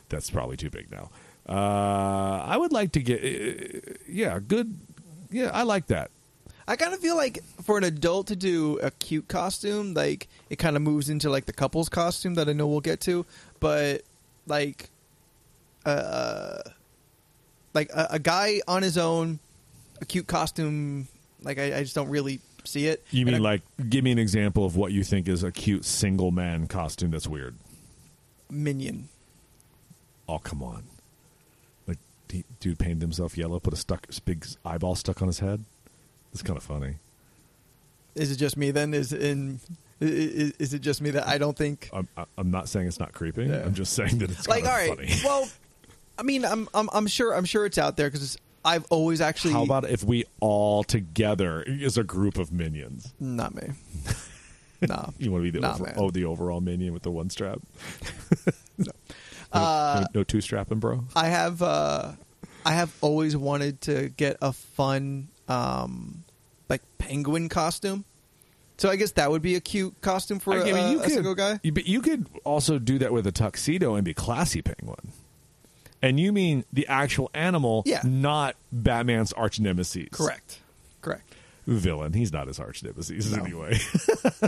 That's probably too big now. Uh, I would like to get, uh, yeah, good. Yeah, I like that. I kind of feel like for an adult to do a cute costume, like it kind of moves into like the couple's costume that I know we'll get to, but like, uh, like a, a guy on his own, a cute costume, like I, I just don't really see it. You And mean I- like give me an example of what you think is a cute single man costume that's weird? minion? Oh, come on. Like he, dude painted himself yellow, put a stuck his big eyeball stuck on his head. It's kind of funny. Is it just me then? Is in is, is it just me that I don't think I'm, I- I'm not saying it's not creepy. Yeah. I'm just saying that it's like all Oh, kinda right? funny. Well, I mean, I'm I'm I'm sure I'm sure it's out there because I've always actually How about if we all together as a group of minions? not me. no, You want to be the Nah, over, man. oh the overall minion with the one strap? no. Uh, no, two strapping, bro. I have uh I have always wanted to get a fun um like penguin costume. So I guess that would be a cute costume for I uh, mean, you a could, single guy. you- but you could also do that with a tuxedo and be classy penguin. And you mean the actual animal, Yeah. not Batman's arch nemesis. Correct. Correct. Villain. He's not his arch nemesis No. anyway.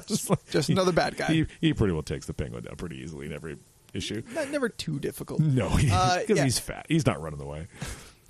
just like- Just another bad guy. He, he pretty well takes the penguin down pretty easily in every issue. Not never too difficult. No, because Uh, yeah. he's fat. He's not running away.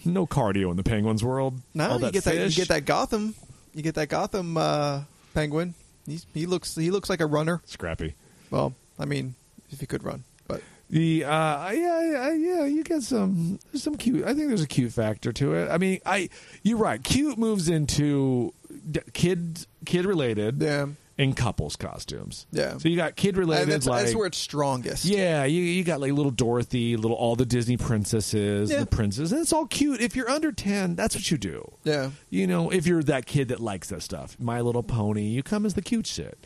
No cardio in the penguin's world. No, All you that get that you fish. get that Gotham. You get that Gotham uh penguin. He's, he looks he looks like a runner. scrappy. Well, I mean, if he could run. But The uh, yeah, yeah, yeah, you get some there's some cute. I think there's a cute factor to it. I mean, I you're right. Cute moves into d- kid kid related Yeah. in couples costumes. Yeah. so you got kid and related that's, like that's where it's strongest. Yeah, you, you got like little Dorothy, little all the Disney princesses, Yeah. the princes, and it's all cute. If you're under ten, that's what you do. Yeah. you know, if you're that kid that likes that stuff, My Little Pony, you come as the cute shit.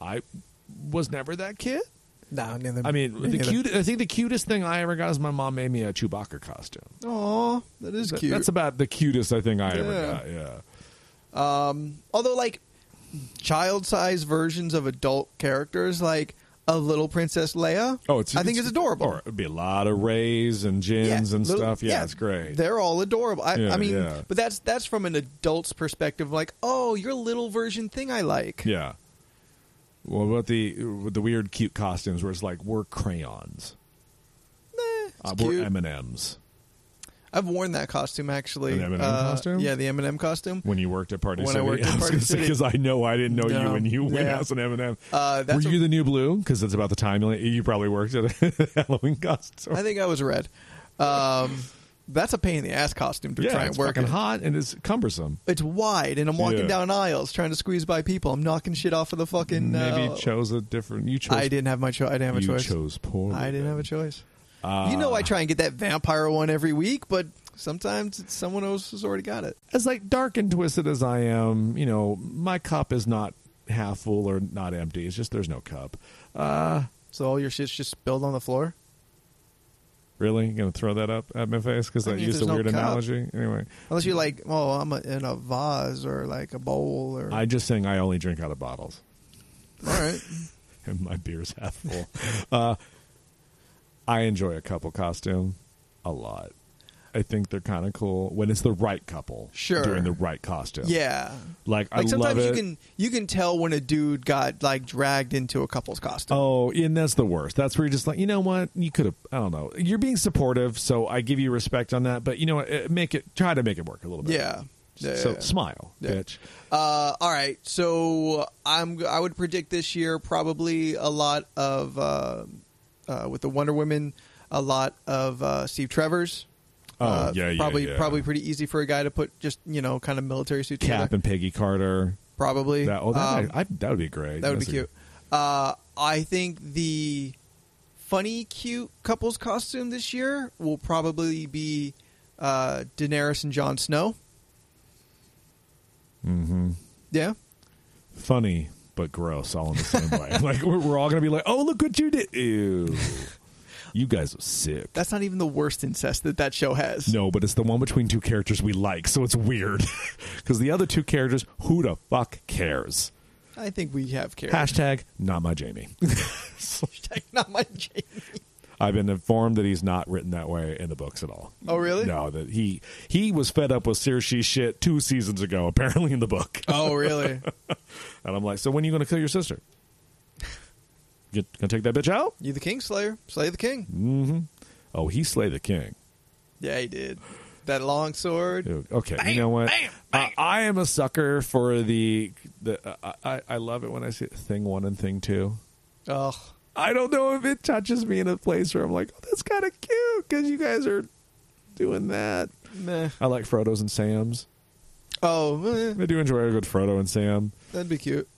I was never that kid. No, neither. I mean, the cute. I think the cutest thing I ever got is my mom made me a Chewbacca costume. Aw, that is That- cute. That's about the cutest I think I ever Yeah. got. Yeah. although like child size versions of adult characters like a little princess leia Oh, it's. i think it's, adorable Or it'd be a lot of rays and gins and little- stuff. Yeah, it's great. They're all adorable. I, Yeah, I mean, yeah. but that's that's from an adult's perspective. Like, oh, your little version thing I like. Yeah. What about the the weird cute costumes where it's like we're crayons, Eh, it's uh, cute. we're M and M's I've worn that costume actually. An M&M Uh, costume? Yeah, the M and m costume. when you worked at Party When I City. worked at was Party gonna say, City. 'cause I know I didn't know you No. when you went Yeah. as an M&M. Uh, that's Were a- you the new blue? Because that's about the time you- you probably worked at a Halloween costume. I think I was red. Um, that's a pain in the ass costume to yeah, try and it's work. fucking in. hot and it's cumbersome. It's wide, and I'm walking Yeah. down aisles trying to squeeze by people. I'm knocking shit off of the fucking. Maybe uh, you chose a different. You chose. I didn't have my choice. I didn't have a you choice. chose poorly. I didn't then. Ah. have a choice. you know, I try and get that vampire one every week, but sometimes it's someone else has already got it. as like dark and twisted as I am, you know, my cup is not half full or not empty. It's just there's no cup. Uh, So all your shit's just spilled on the floor. really, you gonna throw that up at my face because I I, mean, if used a there's no weird cup. analogy. Anyway, Unless you're like, oh, I'm a, in a vase or like a bowl or. I just saying I only drink out of bottles, all right. and my beer's half full. uh, I enjoy a couple costume a lot. I think they're kind of cool when it's the right couple Sure. doing the right costume. Yeah. like, I Like sometimes love you it. can you can tell when a dude got like dragged into a couple's costume. Oh, and that's the worst. That's where you're just like, you know what? You could have, I don't know. You're being supportive, so I give you respect on that. But you know what? Eh, Make it try to make it work a little bit. Yeah. Yeah, so yeah. smile, Yeah. bitch. Uh, all right, so I'm I would predict this year probably a lot of uh, uh, with the Wonder Woman, a lot of uh, Steve Trevor's. Oh, uh, yeah, yeah, probably yeah. probably pretty easy for a guy to put just you know kind of military suit Cap together. and Peggy Carter. Probably That, oh, that, Um, I, I- that would be great. that would be That's a- cute. Uh, I think the funny cute couples costume this year will probably be uh, Daenerys and Jon Snow. Mhm. Yeah, Funny but gross, all in the same way. Like we're, we're all gonna be like, "Oh, look what you did!" Ew, you guys are sick. that's not even the worst incest that that show has. No, but it's the one between two characters we like, so it's weird. Because the other two characters, who the fuck cares? I think we have characters. Hashtag not my Jamie. Hashtag not my Jamie. I've been informed that he's not written that way in the books at all. Oh, really? No, that he he was fed up with Cersei shit two seasons ago, apparently in the book. Oh, really? And I'm like, so when are you going to kill your sister? You gonna take that bitch out? you the king slayer. Slay the king. Oh, he slay the king. Yeah, he did. That long sword. Dude, okay, you know what? I- I am a sucker for the the. Uh, I I love it when I see thing one and thing two. Oh, I don't know if it touches me in a place where I'm like, oh, that's kind of cute because you guys are doing that. meh. I like Frodo's and Sam's. Oh, meh. I do enjoy a good Frodo and Sam. that'd be cute.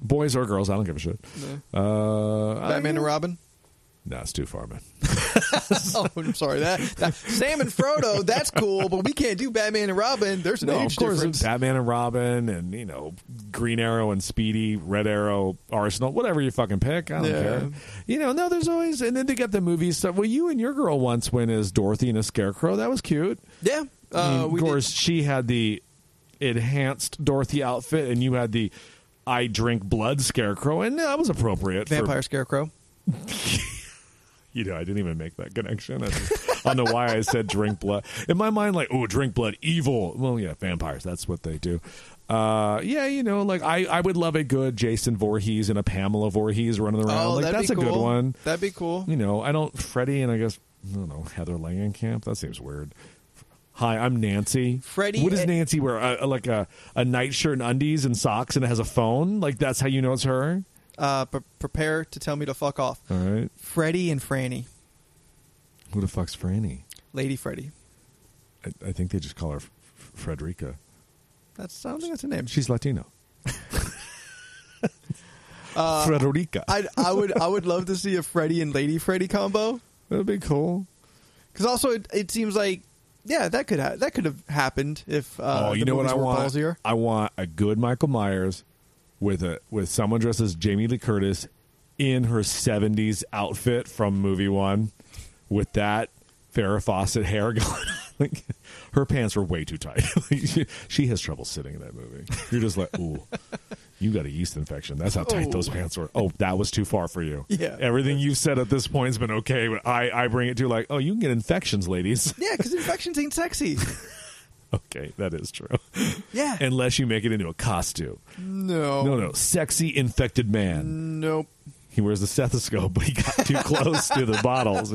Boys or girls, I don't give a shit. No. Uh, Batman and Robin. No, it's too far, man. oh, I'm sorry. That, that- Sam and Frodo. That's cool, but we can't do Batman and Robin. There's an No, age of course, difference. Batman and Robin, and you know, Green Arrow and Speedy, Red Arrow, Arsenal, whatever you fucking pick. I don't Yeah. care. You know, no, there's always, and then they get the movie stuff. Well, you and your girl once went as Dorothy and a Scarecrow. That was cute. yeah. And Uh, of we did- course, she had the enhanced Dorothy outfit, and you had the I drink blood Scarecrow, and that was appropriate. for- Vampire Scarecrow. you know, I didn't even make that connection. I, just, I don't know why I said drink blood. In my mind, like, oh, drink blood, evil. Well, yeah, vampires. That's what they do. Uh, yeah, you know, like I, I would love a good Jason Voorhees and a Pamela Voorhees running around. Oh, like that'd that's be a cool. good one. That'd be cool. You know, I don't Freddie and I guess I don't know Heather Langenkamp. That seems weird. Hi, I'm Nancy. Freddie- What does Nancy wear? A, a- like a a nightshirt and undies and socks and it has a phone. Like that's how you know it's her. Uh, pre- prepare to tell me to fuck off. All right. Freddy and Franny. Who the fuck's Franny? Lady Freddy. I, I think they just call her F- F- Frederica. That's I don't think that's a name. She's Latino. Frederica. I I would I would love to see a Freddy and Lady Freddy combo That'd be cool. because also it, it seems like yeah that could ha- that could have happened if uh, oh, you the know what movies I were want? ballsier. I want a good Michael Myers with a with someone dressed as Jamie Lee Curtis in her seventies outfit from movie one, with that Farrah Fawcett hair going. like her pants were way too tight. Like, she, she has trouble sitting in that movie. You're just like, ooh, you got a yeast infection. That's how tight Oh. those pants were. Oh, that was too far for you. Yeah. Everything you've said at this point has been okay, but I, I bring it to like, oh, you can get infections, ladies. Yeah, because infections ain't sexy. okay, that is true. Yeah. Oh. Unless you make it into a costume. no. No, no, sexy infected man. Nope. He wears the stethoscope, but he got too close to the bottles.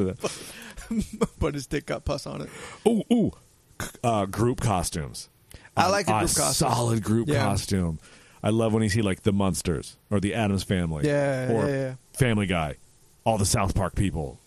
but his dick got pus on it. Ooh, ooh, c- uh, group costumes. Um, I like a group costume. solid group Yeah. costume. I love when you see like the Munsters or the Adams Family, Yeah, or yeah, yeah. Family Guy, all the South Park people,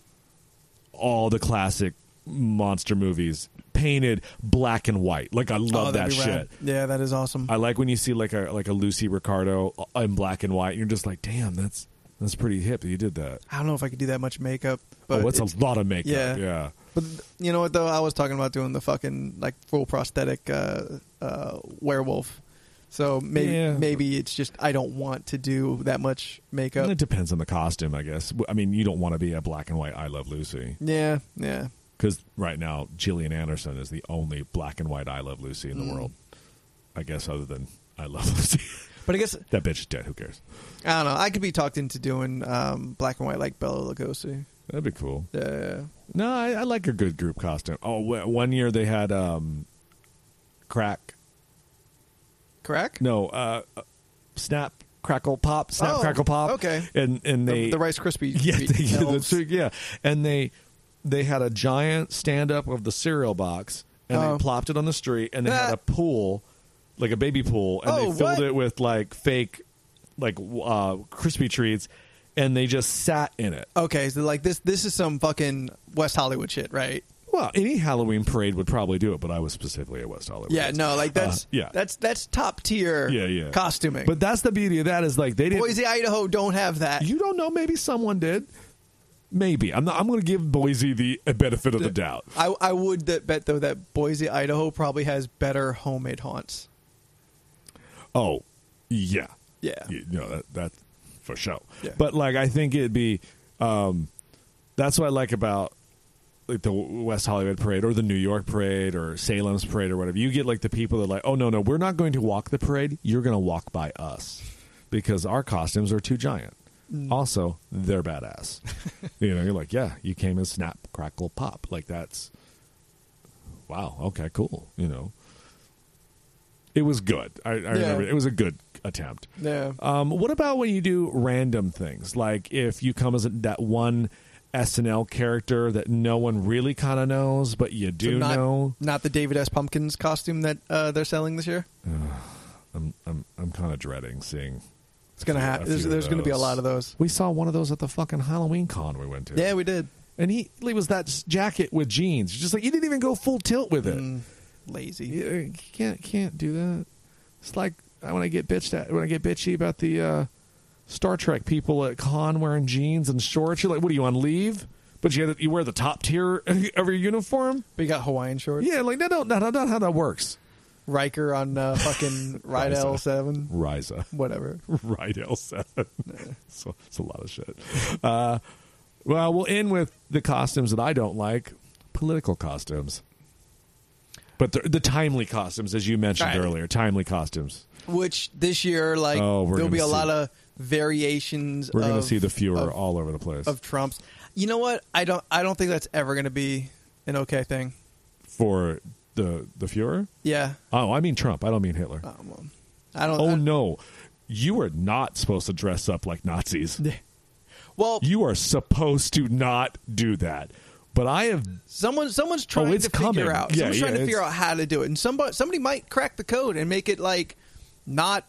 all the classic monster movies painted black and white. Like I love Oh, that that'd be shit. rad. Yeah, that is awesome. I like when you see like a like a Lucy Ricardo in black and white. You're just like, damn, that's that's pretty hip. that You did that. I don't know if I could do that much makeup, but oh, that's it's- a lot of makeup. yeah. Yeah. But th- you know what though? I was talking about doing the fucking like full prosthetic uh, uh, werewolf. So maybe Yeah. maybe it's just I don't want to do that much And makeup. it depends on the costume, I guess. I mean, you don't want to be a black and white I Love Lucy Yeah, yeah. because right now Gillian Anderson is the only black and white I Love Lucy Mm. in the world, I guess, other than I Love Lucy. But I guess that bitch is dead. Who cares? I don't know. I could be talked into doing um, black and white like Bella Lugosi. That'd be cool. Yeah, yeah. No, I, I like a good group costume. Oh, wh- one year they had um, crack Crack? No, uh, uh, snap, crackle, pop, snap, Oh, crackle, pop. okay. and and The- they the, Rice Krispie. yeah, treat they, elves. that's true, yeah, and they they had a giant stand up of the cereal box and Oh. they plopped it on the street and they Ah. had a pool like a baby pool, and Oh, they filled what? it with like fake, like w- uh, crispy treats, and they just sat in it. Okay, so like this this is some fucking West Hollywood shit, right? Well, any Halloween parade would probably do it, but I was specifically at West Hollywood. Yeah, no, like that's Uh, yeah. that's that's top tier yeah, yeah, costuming. But that's the beauty of that is like they didn't. Boise, Idaho don't have that. You don't know. Maybe someone did. Maybe I'm not. I'm going to give Boise the benefit of the doubt. I I would that bet though that Boise, Idaho probably has better homemade haunts. Oh, yeah, Yeah. You know that that for sure. Yeah. But like, I think it'd be. Um, that's what I like about like the West Hollywood parade or the New York parade or Salem's parade or whatever. You get like the people that are like, oh no no, we're not going to walk the parade. You're going to walk by us because our costumes are too giant. Also, they're badass. you know, you're like, yeah, you came in snap, crackle, pop. Like that's wow. Okay, cool. You know, it was good. I, I remember it was a good attempt. Yeah. Um, what about when you do random things? Like if you come as that one SNL character that no one really kind of knows, but you do not, know. not the David S. Pumpkins costume that uh, they're selling this year. I'm I'm I'm kind of dreading seeing. It's gonna a few- a happen. There's, few of there's gonna be a those. lot of those. We saw one of those at the fucking Halloween con we went to. Yeah, we did. and he, he was that s- jacket with jeans. Just like you didn't even go full tilt with it. Mm, lazy. You- uh, You can't can't do that. It's like I when I get bitched at when I get bitchy about the uh, Star Trek people at con wearing jeans and shorts. You're like, what are you on leave? But you had, you wear the top tier of your uniform. We got Hawaiian shorts. Yeah, like no, no, no, no, not how that works. Riker on uh, fucking Rydell Riza. Seven. Ryza, Whatever. Rydell seven. so it's a lot of shit. Uh, well, we'll end with the costumes that I don't like: political costumes. But the, the timely costumes, as you mentioned Right. earlier, timely costumes. Which this year, like, Oh, we're there'll gonna be a see- lot of variations. We're of, going to see the Fuhrer of, all over the place of Trump's. You know what? I don't. I don't think that's ever gonna be an okay thing. for the the Fuhrer. Yeah. Oh, I mean Trump. I don't mean Hitler. Um, um, I don't. oh I- no, you are not supposed to dress up like Nazis. Well, You are supposed to not do that. But I have someone someone's trying Oh, it's to figure coming. out. Yeah, someone's yeah, trying to it's- figure out how to do it, and somebody somebody might crack the code and make it like not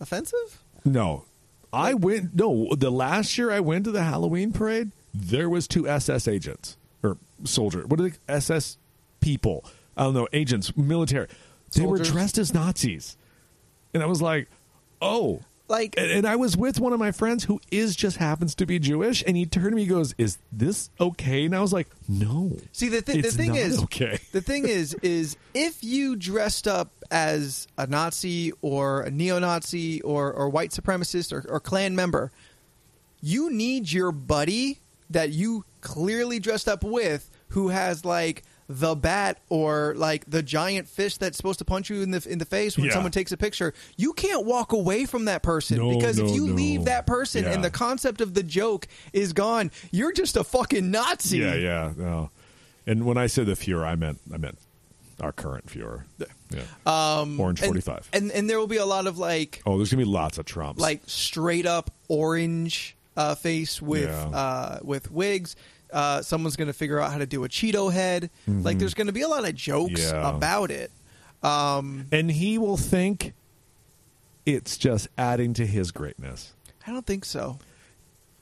offensive. no. I went no. The last year I went to the Halloween parade, there was two SS agents or soldier. What are they? SS people? I don't know. Agents, military. They were Soldiers. dressed as Nazis, and I was like, oh. Like and, and I was with one of my friends who is just happens to be Jewish, and he turned to me, and goes, "Is this okay?" And I was like, "No." See the, th- the It's thing not is okay. The thing is is if you dressed up as a Nazi or a neo-Nazi or, or white supremacist or, or Klan member, you need your buddy that you clearly dressed up with who has like the bat or like the giant fish that's supposed to punch you in the in the face when Yeah. someone takes a picture. You can't walk away from that person No, because if no, you no. leave that person Yeah. and the concept of the joke is gone, you're just a fucking Nazi. Yeah, yeah, no. And when I said the Fuhrer, I meant I meant our current Fuhrer. Yeah. Um, Orange And- forty five. And, and there will be a lot of like Oh, there's gonna be lots of Trumps. like straight up orange uh, face with Yeah. uh, with wigs. Uh, someone's going to figure out how to do a Cheeto head. Like there's going to be a lot of jokes Mm-hmm. Yeah. about it. and he will think it's just adding to his greatness. I don't think so.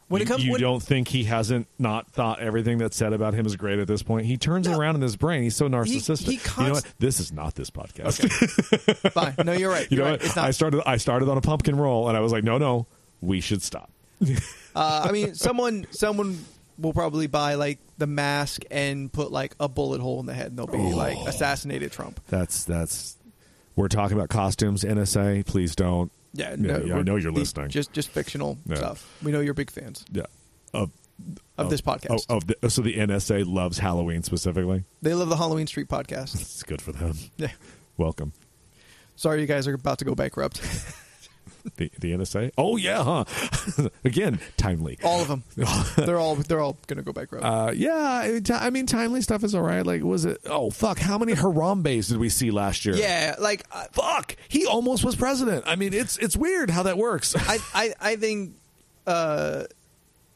When you, it comes you when, don't think he hasn't not thought everything that's said about him is great at this point. He turns No. it around in his brain. He's so narcissistic. he you know const- what? This is not this podcast. fine. No, you're right. You You're know right. what? It's not I started I started on a pumpkin roll and I was like, no, no, we should stop. Uh, I mean, someone someone will probably buy like the mask and put like a bullet hole in the head, and they'll be Oh. like assassinated Trump. That's that's we're talking about costumes, NSA. Please don't. Yeah, yeah, no, yeah, I we're- know you're these- listening. Just just fictional Yeah. Oh, stuff. We know you're big fans yeah. Of, of, this podcast. Of, of the, so the NSA loves Halloween specifically. They love the Halloween Street podcast. It's good for them. Yeah. Welcome. Sorry, you guys are about to go bankrupt. The the NSA. Oh yeah, huh? Again, timely. All of them. they're all they're all going to go bankrupt. Uh, yeah, I mean, ti- I mean, timely stuff is all right. Like, was it? Oh fuck! How many Harambe's did we see last year? yeah, like I, Fuck! He almost was president. I mean, it's it's weird how that works. I I, I think uh,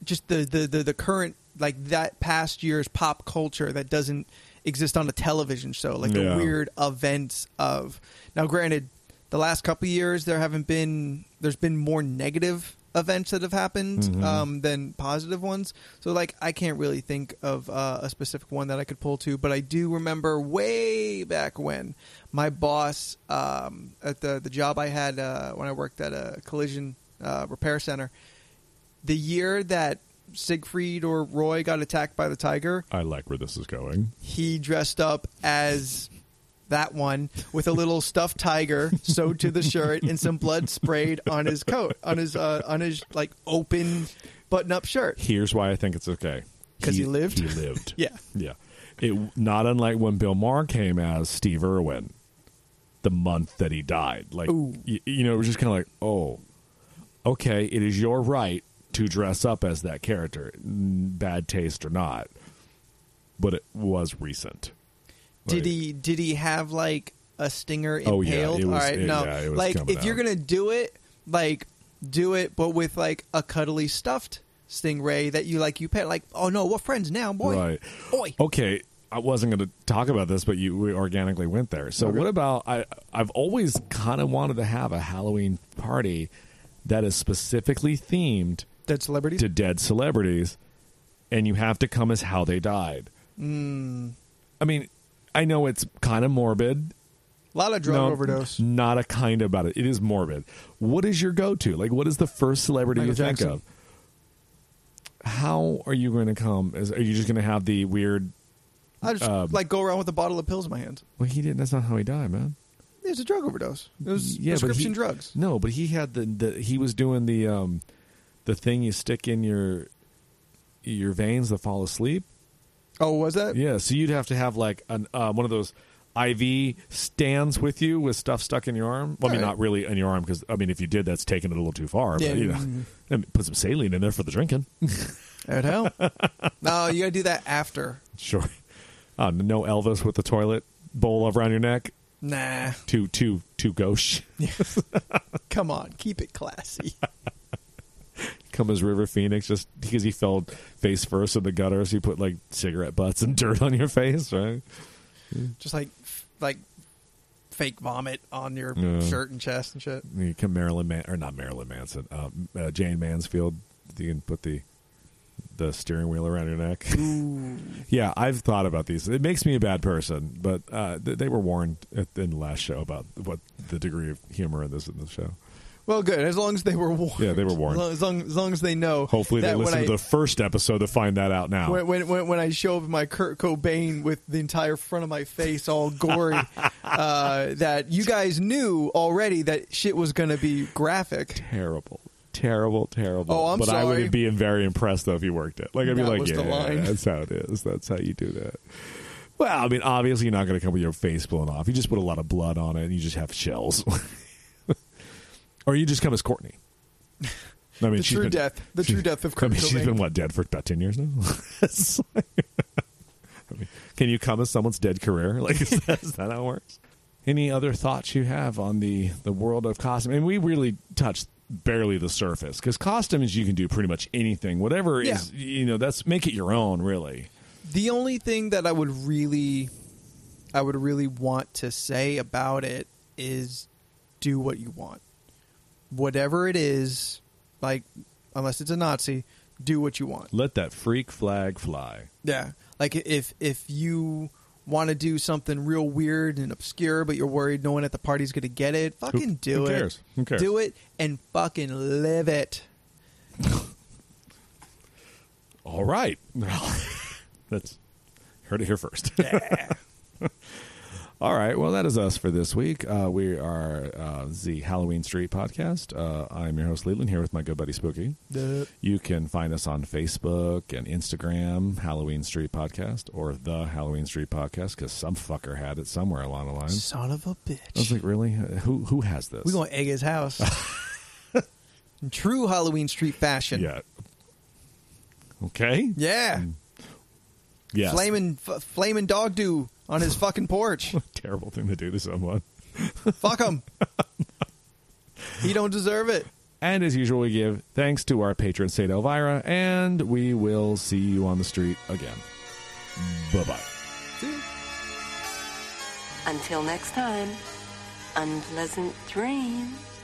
just the, the the the current like that past year's pop culture that doesn't exist on a television show, like Yeah. the weird events of. Now, granted, the last couple of years there haven't been. There's been more negative events that have happened um, than positive ones. So, like, I can't really think of uh, a specific one that I could pull to, but I do remember way back when my boss um, at the the job I had uh, when I worked at a collision uh, repair center the year that Siegfried or Roy got attacked by the tiger, I like where this is going. he dressed up as that one with a little stuffed tiger sewed to the shirt and some blood sprayed on his coat, on his uh, on his like open button-up shirt. Here's why I think it's okay. 'Cause he lived? He lived. Yeah. Yeah. It not unlike when Bill Maher came as Steve Irwin, the month that he died. Like Ooh. y- you know, it was just kind of like, oh, okay, it is your right to dress up as that character, n- bad taste or not, but it was recent. Like, Did he did he have like a stinger Oh, yeah, impaled? it was- All right, it- no. yeah, it was like coming if you're out. gonna do it, like do it, but with like a cuddly stuffed stingray that you like you pet. Like oh no, we're friends now, boy, Right. boy. Okay, I wasn't going to talk about this, but you we organically went there. So what about I? I've always kind of wanted to have a Halloween party that is specifically themed Dead celebrities. to dead celebrities, and you have to come as how they died. Hmm. I mean, I know it's kind of morbid. A lot of drug No, overdose. Not a kind about it. It is morbid. What is your go-to? Like, what is the first celebrity Michael you think Jackson. of? How are you going to come? Is, are you just going to have the weird? I just Um, like go around with a bottle of pills in my hand. Well, he didn't. That's not how he died, man. It was a drug overdose. It was Yeah, but prescription he- drugs. No, but he had the, the he was doing the um the thing you stick in your your veins that fall asleep. Oh, was that? Yeah, so you'd have to have like an uh, one of those IV stands with you with stuff stuck in your arm. Well, I mean, All right. not really in your arm because I mean, if you did, that's taking it a little too far. Yeah. But, you know, I mean, put some saline in there for the drinking. That'd help. no, you gotta do that after. sure. Uh, no Elvis with the toilet bowl around your neck. Nah, Too too too gauche. come on, keep it classy. Come as River Phoenix just because he fell face first in the gutter, so you put like cigarette butts and dirt on your face, right? Just like, f- like fake vomit on your Yeah. shirt and chest and shit. You can Marilyn Man or not Marilyn Manson, uh, uh, Jane Mansfield. You can put the the steering wheel around your neck. yeah, I've thought about these. It makes me a bad person, but uh, th- they were warned at, in the last show about what the degree of humor in this in the show. Well, good. As long as they were warned. Yeah, they were warned. As long as, long, as, long as they know. Hopefully, they that when listen I- to the first episode to find that out now. when, when, when, when I show up in my Kurt Cobain with the entire front of my face all gory, uh, that you guys knew already that shit was going to be graphic. terrible. Terrible, terrible. Oh, I'm but I sorry. would be very impressed though if you worked it. Like I'd be That like, was yeah, the line." that's how it is. That's how you do that. Well, I mean, obviously you're not going to come with your face blown off. You just put a lot of blood on it, and you just have shells, or you just come as Courtney. I mean, The she's true been- death. The true death of I mean, Kurt she's Cobain. been what dead for about ten years now. It's like- I mean, can you come as someone's dead career? Like, is that, is that how it works? Any other thoughts you have on the the world of costume? And we really touched barely the surface because costumes you can do pretty much anything. Whatever is Yeah. you know, that's make it your own. Really, The only thing that I would really, I would really want to say about it is, do what you want, whatever it is. Like, unless it's a Nazi, do what you want. let that freak flag fly. Yeah. Like if if you want to do something real weird and obscure, but you're worried no one at the party's going to get it, fucking do who it. cares? Who cares? Do it and fucking live it. All right, well, that's heard it here first. All right. Well, that is us for this week. Uh, we are uh, the Halloween Street Podcast. Uh, I'm your host, Leland, here with my good buddy Spooky. You can find us on Facebook and Instagram, Halloween Street Podcast, or The Halloween Street Podcast, because some fucker had it somewhere along the lines. Son of a I was bitch. like, really? Who who has this? We're going to egg his house. In true Halloween Street fashion. yeah. Okay. Yeah. Yes. Flaming, f- flaming dog do on his fucking porch. Terrible thing to do to someone. Fuck him. he don't deserve it. And as usual, we give thanks to our patron, Saint Elvira, and we will see you on the street again. Bye bye. See? Until next time, unpleasant dreams.